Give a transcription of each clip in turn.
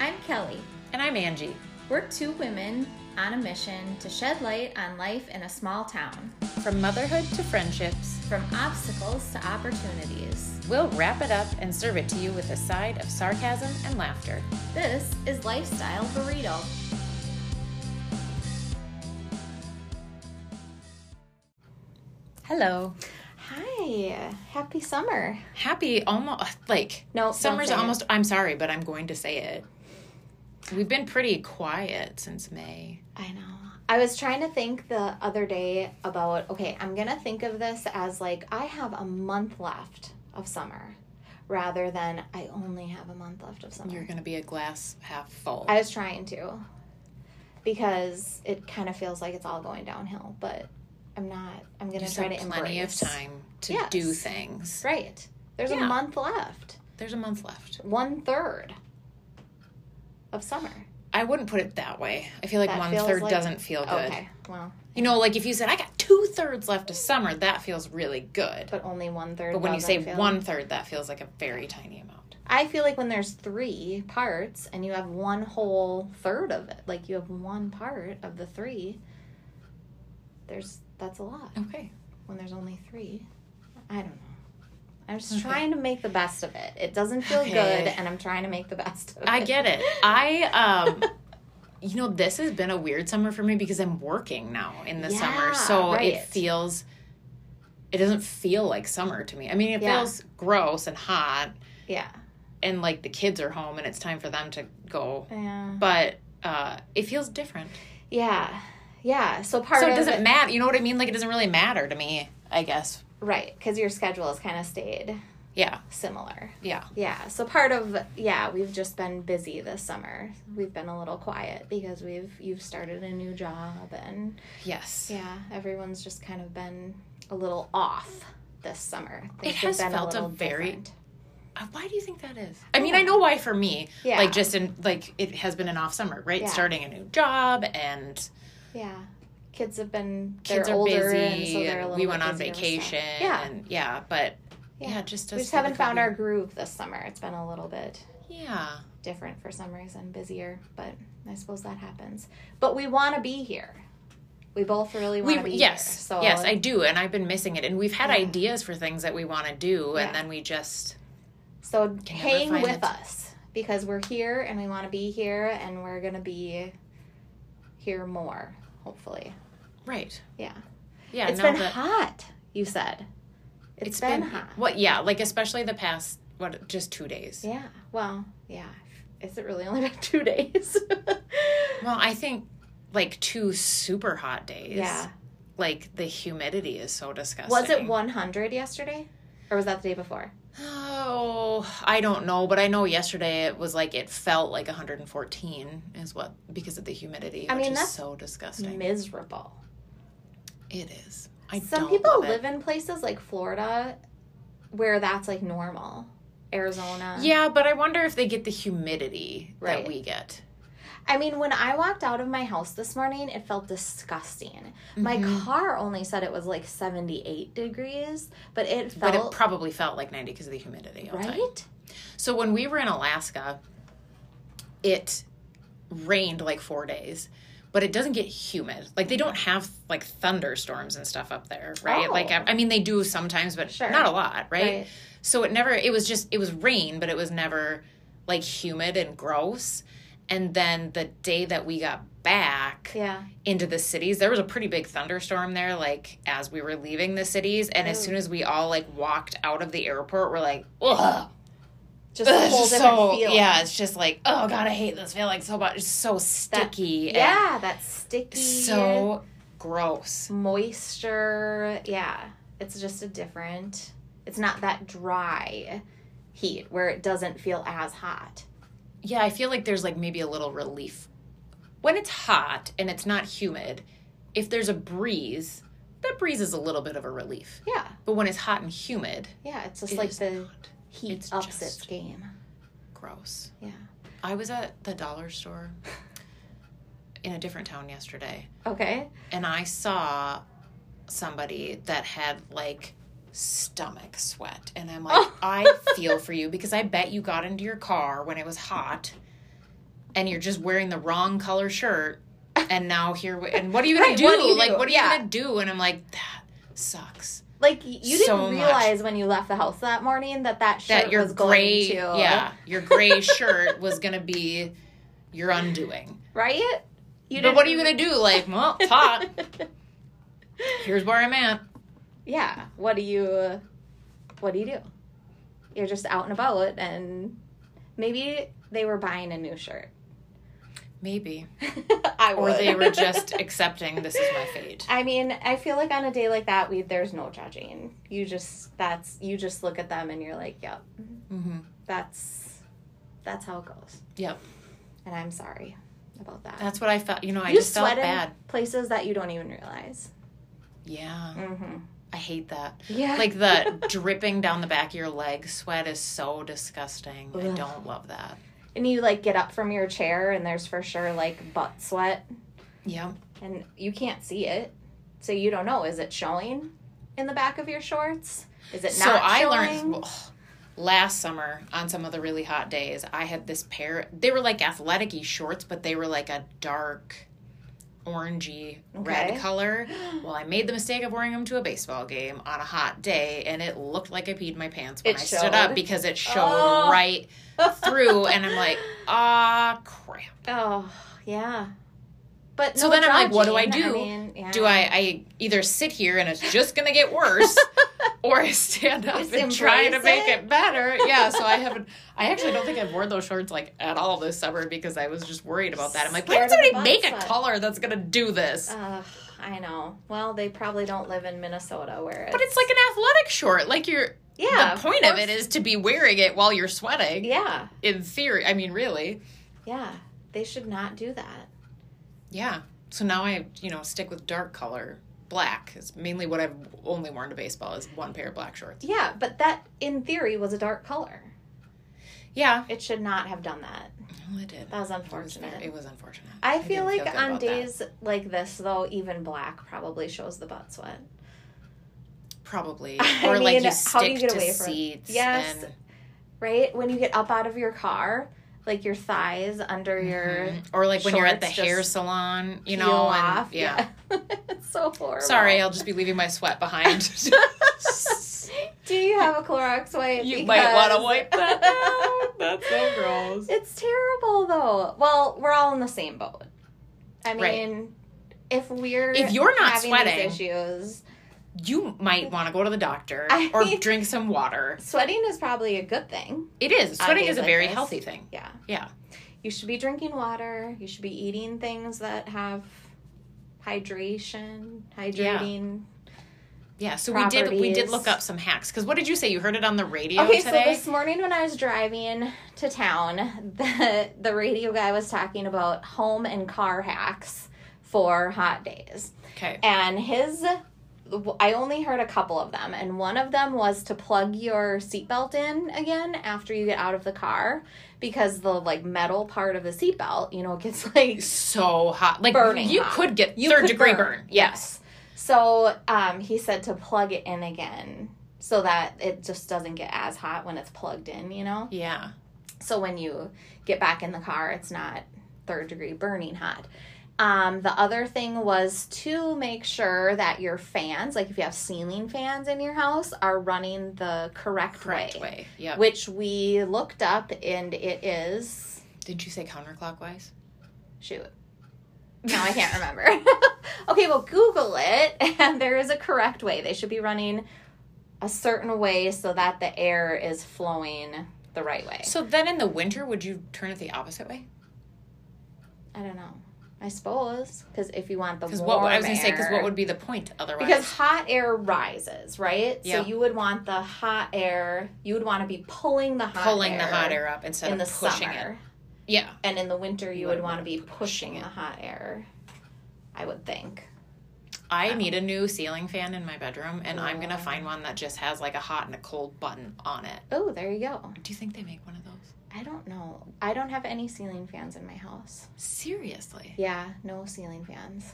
I'm Kelly. And I'm Angie. We're two women on a mission to shed light on life in a small town, From motherhood to friendships, from obstacles to opportunities. we'll wrap it up and serve it to you with a side of sarcasm and laughter. This is Lifestyle Burrito. Hello. Hi, happy summer. Happy almost like No, don't summer's say it. almost I'm sorry, but I'm going to say it. We've been pretty quiet since May. I know. I was trying to think the other day about okay, I'm going to think of this as like I have a month left of summer rather than I only have a month left of summer. You're gonna be a glass half full. I was trying to because it kind of feels like it's all going downhill, but I'm not. I'm going You to try to have plenty embrace. of time to Yes. do things. Right. There's Yeah. a month left. There's a month left. One third of summer. I wouldn't put it that way. I feel like That one feels third like- doesn't feel good. Okay. Well, You know, like if you said I got two thirds left of summer, that feels really good. but only one third. But when you doesn't say feel- one third, that feels like a very tiny amount. I feel like when there's three parts and you have one whole third of it, like you have one part of the three. There's that's a lot Okay. when there's only three. I don't know. I'm just Okay. trying to make the best of it. It doesn't feel Okay. good, and I'm trying to make the best of it. I get it. I um you know, this has been a weird summer for me because I'm working now in the Yeah, summer. So right. it feels it doesn't feel like summer to me. I mean, it Yeah. feels gross and hot yeah. and like the kids are home and it's time for them to go. Yeah. But uh it feels different. Yeah. Yeah. So part so of it doesn't it, matter. You know what I mean? Like it doesn't really matter to me, I guess. right because your schedule has kind of stayed Yeah. similar. Yeah. Yeah. So part of yeah, we've just been busy this summer. We've been a little quiet because we've you've started a new job and Yes. yeah, everyone's just kind of been a little off this summer. It have has been felt a little very- different. Uh, Why do you think that is? I mean, I know why for me. Yeah. Like just in like it has been an off summer, right? Yeah. Starting a new job and Yeah. Kids have been they're kids are older and busy so they're a and little we bit went on busier with vacation stuff. Yeah. and yeah, but yeah, Yeah. it just does We just feel haven't like a found our weird- groove this summer. It's been a little bit Yeah. different for some reason, busier, but I suppose that happens. But we want to be here. We both really want We to be yes. here. So yes, I do and I've been missing it and we've had Yeah. ideas for things that we want to do and Yeah. then we just So Can never hang find with it. us because we're here and we want to be here and we're going to be here more, hopefully. right. Yeah. Yeah, It's now been that hot, you said. it's been, hot. What yeah, like especially the past what just 2 days. Yeah. Well, yeah. Is it really only been two days? Well, I think like two super hot days. yeah. Like the humidity is so disgusting. Was it 100 yesterday? Or was that the day before? Oh, I don't know, but I know yesterday it was like it felt like 114 is what because of the humidity, I which mean, is that's so disgusting. Miserable. It is. I Some don't people love it. live in places like Florida where that's like normal. Arizona. Yeah, but I wonder if they get the humidity Right. that we get. I mean, when I walked out of my house this morning, it felt disgusting. My Mm-hmm. car only said it was like 78 degrees, but it But it felt probably felt like 90 because of the humidity. I'll tell you. right? So when we were in Alaska, it rained like 4 days. But it doesn't get humid. Like they don't have like thunderstorms and stuff up there, right? Oh. Like I, I mean, they do sometimes, but Sure. not a lot, right? So it never, it was just, it was rain, but it was never like humid and gross. And then the day that we got back Yeah. into the cities, there was a pretty big thunderstorm there, like as we were leaving the cities. And Oh. as soon as we all like walked out of the airport, we're like, ugh. Just a Ugh, whole just different so, feel. yeah, it's just like, oh God, I hate this feeling so much. It's so sticky. and Yeah, that sticky So gross. moisture. Yeah. It's just a different. It's not that dry heat where it doesn't feel as hot. Yeah, I feel like there's like maybe a little relief. When it's hot and it's not humid, if there's a breeze, that breeze is a little bit of a relief. Yeah. But when it's hot and humid, Yeah, it's just it like is the not heat It's ups just- its game. gross. Yeah. I was at the dollar store in a different town yesterday Okay. and I saw somebody that had like stomach sweat and I'm like I feel for you because I bet you got into your car when it was hot and you're just wearing the wrong color shirt and now here we- and what are you gonna Right, do? what do you like do? what are Yeah. you gonna do? And I'm like, that sucks. Like y- you didn't So much. realize when you left the house that morning that that shirt that your was going gray to yeah your gray shirt was gonna be your undoing. right. You but didn't- what are you gonna do? Like, well, pop. Here's where I'm at. yeah. What do you? What do you do? You're just out and about, and maybe they were buying a new shirt. Maybe, I or would. they were just accepting this is my fate. I mean, I feel like on a day like that, we there's no judging. You just that's you just look at them and you're like, yep, Mm-hmm. that's that's how it goes. Yep, And I'm sorry about that. that's what I felt. You know, I you just felt sweat in bad. places that you don't even realize. Yeah, Mm-hmm. I hate that. Yeah, Like the dripping down the back of your leg sweat is so disgusting. I Ugh. don't love that. and you like get up from your chair and there's for sure like butt sweat Yeah, and you can't see it, so you don't know is it showing in the back of your shorts? Is it not? so I showing? learned ugh, last summer on some of the really hot days. I had this pair. They were like athleticy shorts, but they were like a dark orangey Okay. red color. Well, I made the mistake of wearing them to a baseball game on a hot day, and it looked like I peed my pants when It I stood up showed. because it showed Oh. right through, and I'm like, ah, crap. Oh, yeah. But So no then I'm like, what do I judging. do? mean, yeah. Do I, I either sit here and it's just gonna get worse, or I stand up Just and try to embrace make it? it better? Yeah. So I haven't. I actually don't think I've worn those shorts like at all this summer because I was just worried about that. I'm like, why Scared did of somebody the Uh, make butt a sweat. color that's gonna do this? Ugh, I know. Well, they probably don't live in Minnesota where it's. but it's like an athletic short. Like you're. yeah. the point of it is to be wearing it while you're sweating. Yeah, In theory, I mean, really. yeah. They should not do that. Yeah. So now I, you know, stick with dark color. Black is mainly what I've only worn to baseball is one pair of black shorts. Yeah, but that in theory was a dark color. Yeah. It should not have done that. Well, it did. That was It was unfortunate. very- It was unfortunate. I didn't feel like good on about that. days like this, though, even black probably shows the butt sweat. probably, I or like mean, you how do you stick get to away from it? seats. Yes. and- Right? When you get up out of your car, like your thighs under your. Mhm. or like when you're at the Mm-hmm. shorts hair just salon, you peel know, and off. yeah. it's so horrible. Sorry, I'll just be leaving my sweat behind. Do you have a Clorox wipe? you might want to Because- wipe that down. That's so gross. It's terrible though. Well, we're all in the same boat. I mean, Right. if we're If you're not having sweating- these issues, You might want to go to the doctor I- or drink some water. sweating is probably a good thing. It is sweating days is a like very this. healthy thing. Yeah. Yeah. You should be drinking water. You should be eating things that have hydration, hydrating. Yeah, so we did we did Properties. look up some hacks because what did you say? You heard it on the radio Okay, so today. this morning when I was driving to town, the the radio guy was talking about home and car hacks for hot days. okay, and his I only heard a couple of them, and one of them was to plug your seatbelt in again after you get out of the car because the like metal part of the seatbelt, you know, gets like so hot, like Burning you hot. could get you third could degree burn. Yes. So um, he said to plug it in again so that it just doesn't get as hot when it's plugged in, you know. Yeah. So when you get back in the car, it's not third degree burning hot. Um, the other thing was to make sure that your fans, like if you have ceiling fans in your house, are running the correct, Correct way, way. Yeah. which we looked up and it is Did you say counterclockwise? shoot. No, I can't remember. okay, well, Google it, and there is a correct way. They should be running a certain way so that the air is flowing the right way. So then in the winter, would you turn it the opposite way? I don't know. I suppose because if you want the Because warm what I was gonna say, because air- what would be the point otherwise? because hot air rises, right? Yeah. So you would want the hot air. You would want to be pulling the hot pulling air the hot air up instead in the of pushing summer, it. Mm-hmm. Yeah. and in the winter you, You would would want to be wanna be pushing pushing it. the hot air. I would think. I need a new ceiling fan in my bedroom, and I'm Oh. gonna find one that just has like a hot and a cold button on it. Oh, there you go. Do you think they make one of those? I don't know. I don't have any ceiling fans in my house. Seriously. Yeah, no ceiling fans.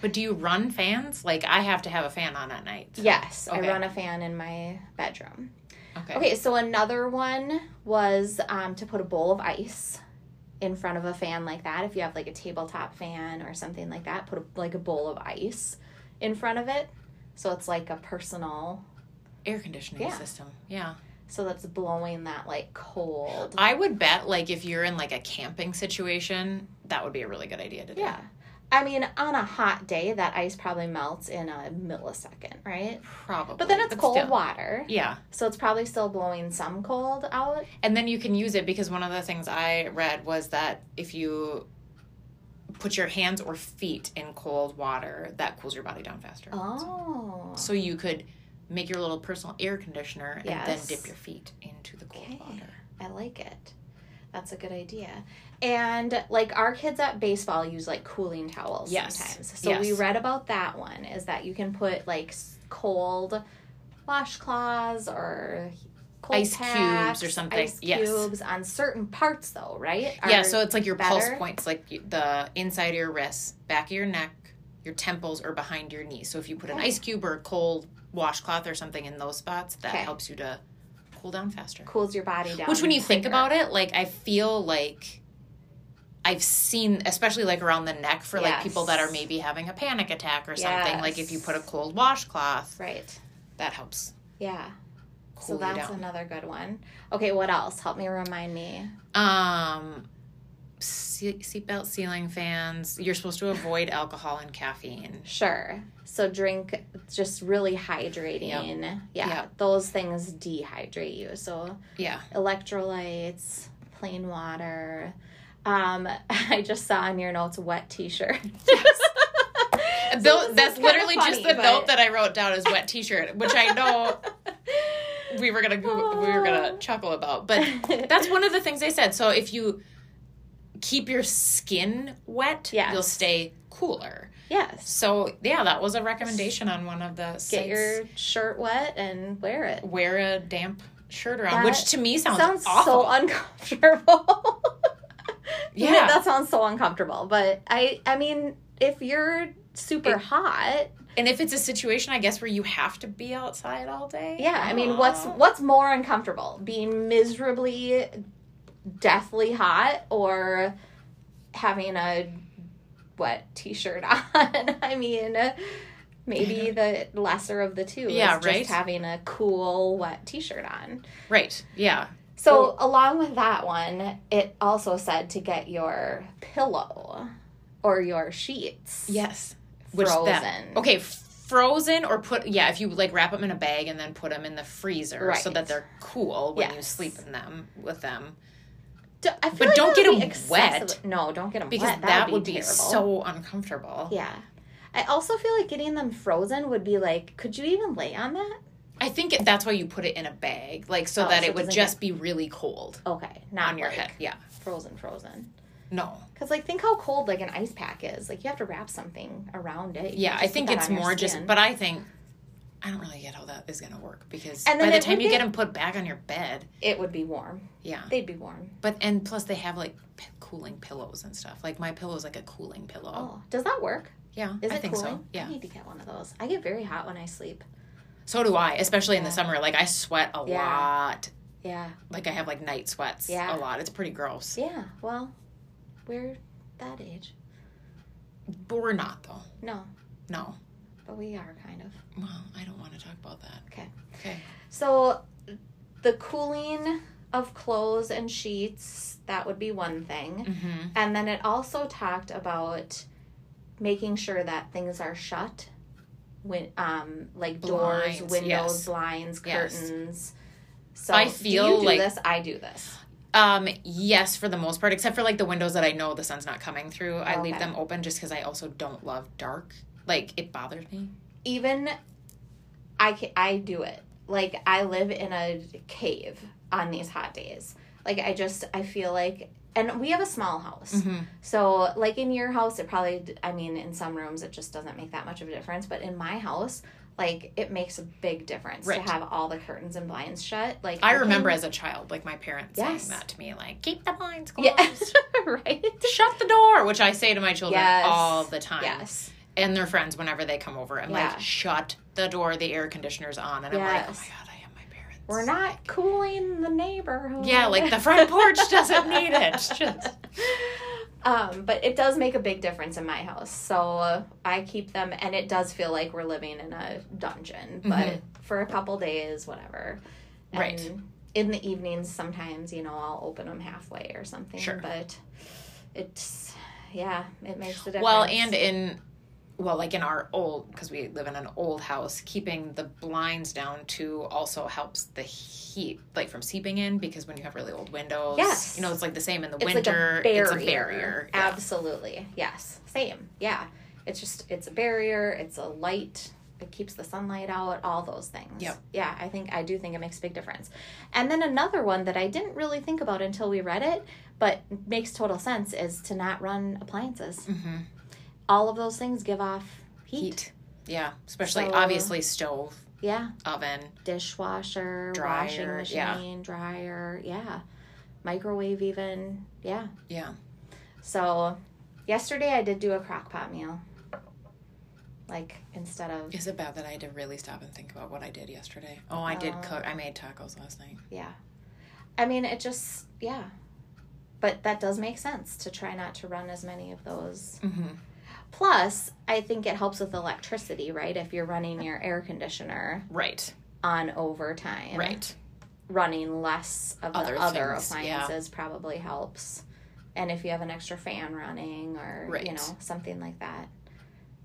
But do you run fans? Like I have to have a fan on at night. Yes, I Okay. run a fan in my bedroom. Okay. Okay, so another one was um, to put a bowl of ice in front of a fan like that, if you have like a tabletop fan or something like that, put a, like a bowl of ice in front of it. So it's like a personal, Air conditioning Yeah. system. Yeah. so that's blowing that like cold. I would bet like if you're in like a camping situation, that would be a really good idea to do. Yeah. I mean, on a hot day, that ice probably melts in a millisecond, right? Probably. But then it's cold still. water. Yeah. So it's probably still blowing some cold out. And then you can use it because one of the things I read was that if you put your hands or feet in cold water, that cools your body down faster. Oh. So you could make your little personal air conditioner and Yes. then dip your feet into the cold Okay. water. I like it. That's a good idea. And like our kids at baseball use like cooling towels Yes. sometimes. So Yes. we read about that one is that you can put like s- cold washcloths or cold Ice cubes or packs, something. Ice Yes. cubes on certain parts though, right? yeah, Are- so it's like your pulse better? points, like y- the inside of your wrists, back of your neck, your temples, or behind your knees. So if you put an Okay. ice cube or a cold washcloth or something in those spots, that Okay. helps you to cool down faster. cools your body down. Which, when you think quicker. about it, like I feel like I've seen, especially like around the neck for like people that are Yes. maybe having a panic attack or something. Like if you put a Yes. cold washcloth, Right. that helps Yeah. cool so that's you down. another good one. Okay, what else? Help me remind me. um, se- seatbelt ceiling fans. You're supposed to avoid alcohol and caffeine. Sure. So drink just really hydrating. Yeah. Yep. Those things dehydrate you. So Yeah. electrolytes, plain water. Um, I just saw in your notes wet t-shirt. Though, this is that's kinda literally funny, just the but- note that I wrote down as wet T-shirt, which I know we were gonna go, we were gonna chuckle about, but that's one of the things they said. So if you keep your skin wet, Yes. you'll stay cooler. yes. So yeah, that was a recommendation on one of the Get sites. your shirt wet and wear it. wear a damp shirt around, That which to me sounds, Sounds, awful. so uncomfortable. yeah, that sounds so uncomfortable. But I, I mean, if you're super It- hot, and if it's a situation, I guess where you have to be outside all day. Yeah, I mean, what's Aw. what's more uncomfortable, being miserably, deathly hot, or having a wet T-shirt on? I mean, maybe the lesser of the two. Yeah, is right? Just having a cool wet T-shirt on. right? Yeah, So along with that one, it also said to get your pillow or your sheets. yes. frozen. okay, frozen or put yeah, if you like wrap them in a bag and then put them in the freezer so Right. that they're cool when you Yes. sleep in them with them D- I feel but like don't that would get be 'em wet. excessively- No, don't get them because wet. that, would be, terrible. so uncomfortable. Yeah. I also feel like getting them frozen would be like, could you even lay on that? I think it, that's why you put it in a bag like so Oh, that so it it would doesn't just be really cold Okay, not on your like head. Yeah. frozen, frozen. No. Because like, think how cold like an ice pack is. Like you have to wrap something around it. You Yeah, can't I just put think that it's on your more just skin. but I think I don't really get how that is going to work because And by then the it time would you be- get them put back on your bed, it would be warm. yeah. They'd be warm. But and plus they have like p- cooling pillows and stuff. Like my pillow is like a cooling pillow. Oh, does that work? Yeah, Is I it think cooling? so. Yeah. I need to get one of those. I get very hot when I sleep. So do I, especially in the Yeah. summer. Like I sweat a Yeah. lot. Yeah. Like I have like night sweats Yeah. a lot. It's pretty gross. Yeah. Well, we're that age. But we're not though. No, No. but we are kind of. Well, I don't want to talk about that. Okay. Okay. So, the cooling of clothes and sheets, that would be one thing. Mm-hmm. And then it also talked about making sure that things are shut when um like Blinds, doors, windows, yes. blinds, Yes. curtains. So I do feel you do like- this, I do this. Um, yes, for the most part, except for like the windows that I know the sun's not coming through. I leave Okay. them open just because I also don't love dark. Like it bothers me. Even I ca I do it. Like I live in a cave on these hot days. Like I just I feel like and we have a small house. Mm-hmm. So, like in your house, it probably, I mean, in some rooms, it just doesn't make that much of a difference. But in my house, like, it makes a big difference Right. to have all the curtains and blinds shut. Like, I can- remember as a child, like my parents Yes. saying that to me, like keep the blinds closed, Yeah. right? shut the door, which I say to my children Yes. all the time. Yes. and their friends whenever they come over. I'm Yeah. like, shut the door, the air conditioner's on. And I'm like, oh Yes. my God, I am my parents. We're not cooling the neighborhood. Yeah, like the front porch doesn't need it. Just- um, but it does make a big difference in my house. So uh, I keep them, and it does feel like we're living in a dungeon, but Mhm. for a couple days, whatever. And Right. In the evenings, sometimes, you know, I'll open them halfway or something. Sure. But it's, yeah, it makes a difference. Well, and in well, like in our old because we live in an old house, keeping the blinds down too also helps the heat like from seeping in because when you have really old windows, Yes. you know it's like the same in the it's winter. like a barrier. It's a barrier. Yeah. Absolutely. Yes. Same. Yeah. It's just it's a barrier, it's a light, it keeps the sunlight out, all those things. Yep. Yeah, I think I do think it makes a big difference. And then another one that I didn't really think about until we read it, but makes total sense is to not run appliances. Mhm. All of those things give off heat. Heat. Yeah, especially So- obviously stove, Yeah. oven. Dishwasher, washing Dryer, machine, yeah. dryer, yeah. Microwave even. Yeah. Yeah. So, yesterday I did do a crock pot meal. Like, instead of, Is it bad that I had to really stop and think about what I did yesterday? Oh, I did Oh. cook. I made tacos last night. yeah. I mean, it just, yeah. But that does make sense to try not to run as many of those. Mm-hmm. Plus, I think it helps with electricity, right? If you're running your air conditioner Right. on overtime, Right. running less of the Other other, things, yeah. appliances probably helps. And if you have an extra fan running or, Right. you know, something like that.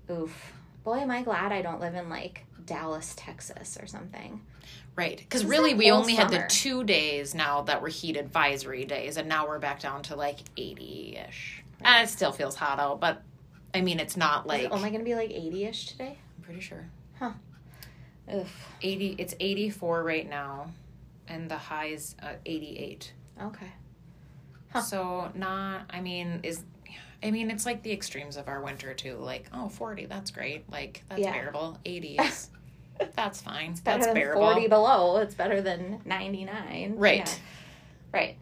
Oof. Boy, am I glad I don't live in like Dallas, Texas or something. Right. Because It's really, that we whole only had the summer. two days now that were heat advisory days, and now we're back down to like 80 ish. And it still feels hot out, but I mean, it's not Like, like. only going to be like 80 ish today? I'm pretty sure. Oof. 80. It's 84 right now, and the high's uh, 88. Okay. Huh. So, not. I mean, is. I mean, it's like the extremes of our winter, too. Like, oh, 40, that's great. Like, that's Yeah. bearable. 80 is. that's fine. Better That's than bearable. 40 below. It's better than 99. Right. Yeah. Right.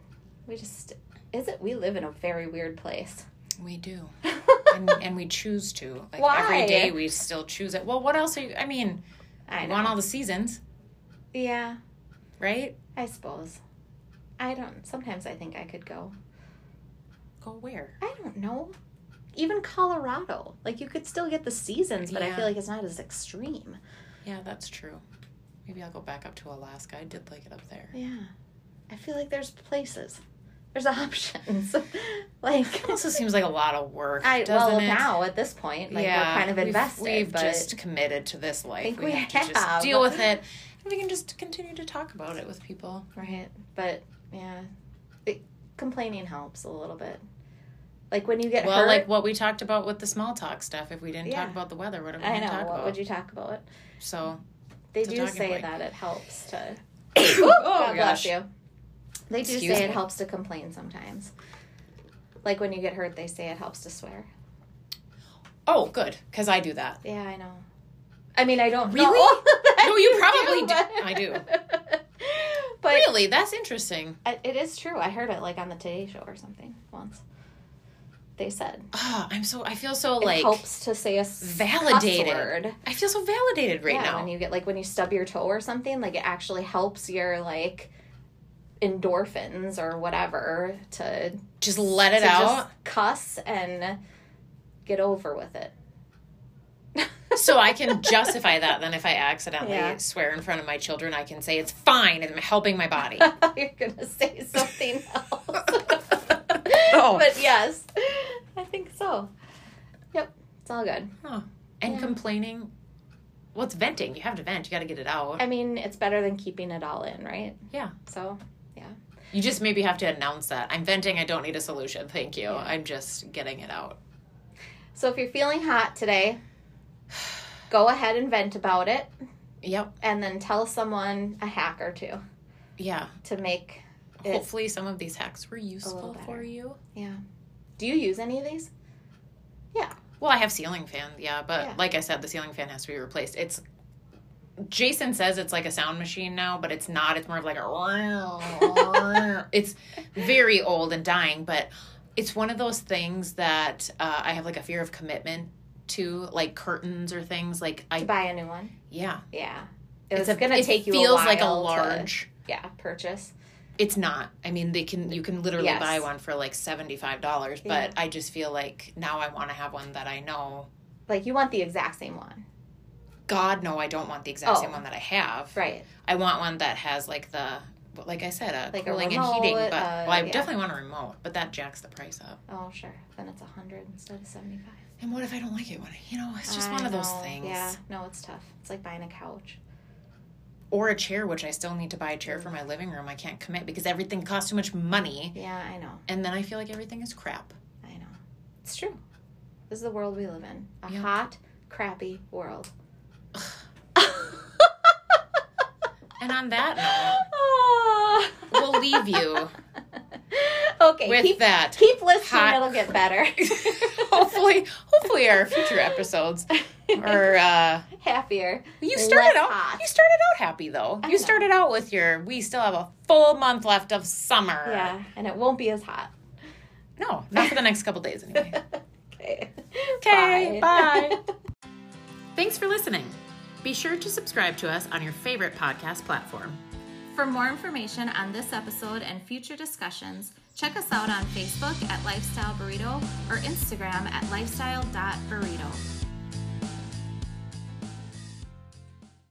We just, is it? We live in a very weird place. We do. and, and we choose to. Like every Why? day we still choose it. Well, what else are you? I mean, I you know. want all the seasons, yeah. right? I suppose. I don't. Sometimes I think I could go. Go where? I don't know. Even Colorado, like you could still get the seasons, but I Yeah. feel like it's not as extreme. Yeah, that's true. Maybe I'll go back up to Alaska. I did like it up there. Yeah, I feel like there's places, there's options. like It also seems like a lot of work. I doesn't well it? now at this point, like we're kind of we've- invested, We've, but just committed to this life. think we, we have, to have. just deal with it. And we can just continue to talk about it with people. right, but yeah, it, complaining helps a little bit. Like when you get well, hurt, like what we talked about with the small talk stuff. If we didn't Yeah. talk about the weather, what are we I going to know. talk What about? would you talk about? so, They It's a do talking say point. that it helps to. oh God bless you. They do Excuse say me. it helps to complain sometimes. Like when you get hurt, they say it helps to swear. Oh, good, because I do that. Yeah, I know. I mean, I don't know Really? all that No, you probably do. but- I do. but Really, that's interesting. I- it is true. I heard it like on the Today Show or something once. They said Ah, I'm so. I feel so it like helps to say a s- validated cuss word. I feel so validated right yeah, now. when you get like when you stub your toe or something, like it actually helps your like endorphins or whatever to just let it to out, Just cuss and get over with it. so I can justify that. Then, if I accidentally Yeah. swear in front of my children, I can say it's fine and I'm helping my body. You're gonna say something else. Oh. No. But yes, I think so. Yep, it's all good. And Yeah. complaining, well, it's venting. You have to vent. You got to get it out. I mean, it's better than keeping it all in, right? Yeah. So You just maybe have to announce that I'm venting. I don't need a solution. Thank you. Yeah. I'm just getting it out. so if you're feeling hot today, go ahead and vent about it Yep. and then tell someone a hack or two Yeah. to make it Hopefully, some of these hacks were useful better. for you. do you use any of these? Well, I have ceiling fan, yeah, but Yeah. like I said, the ceiling fan has to be replaced. It's Jason says it's like a sound machine now, but it's not. It's more of like a. it's very old and dying, but it's one of those things that uh, I have like a fear of commitment to, like curtains or things. Like To I, buy a new one? yeah, Yeah. It was a- gonna it take you Feels a while like a to- large. yeah, purchase. it's not. I mean, they can you can literally Yes. buy one for like $75, but Yeah. I just feel like now I want to have one that I know Like you want the exact same one, God no, I don't want the exact Oh. same one that I have. right? I want one that has like the but like I said, a Like a cooling and heating, remote, but uh, well, I yeah. definitely want a remote, but that jacks the price up. Oh sure, then it's a hundred instead of seventy five. And what if I don't like it? What you know, it's just one of those things. Yeah, no, it's tough. It's like buying a couch. Or a chair, which I still need to buy a chair for my living room. I can't commit because everything costs too much money, Yeah, I know, and then I feel like everything is crap. I know. It's true. This is the world we live in. A Yeah. hot, crappy world. And on that Oh. note, we'll leave you okay, with keep, that. keep listening. hot- It'll get better. hopefully, hopefully our future episodes are. Uh, happier. you Less started out. hot. You started out happy though. I you know. started out with your. We still have a full month left of summer. Yeah, and it won't be as hot. No, not for the next couple days anyway. Okay. 'Kay, bye. Thanks for listening. Be sure to subscribe to us on your favorite podcast platform. For more information on this episode and future discussions, check us out on Facebook at Lifestyle Burrito or Instagram at lifestyle.burrito.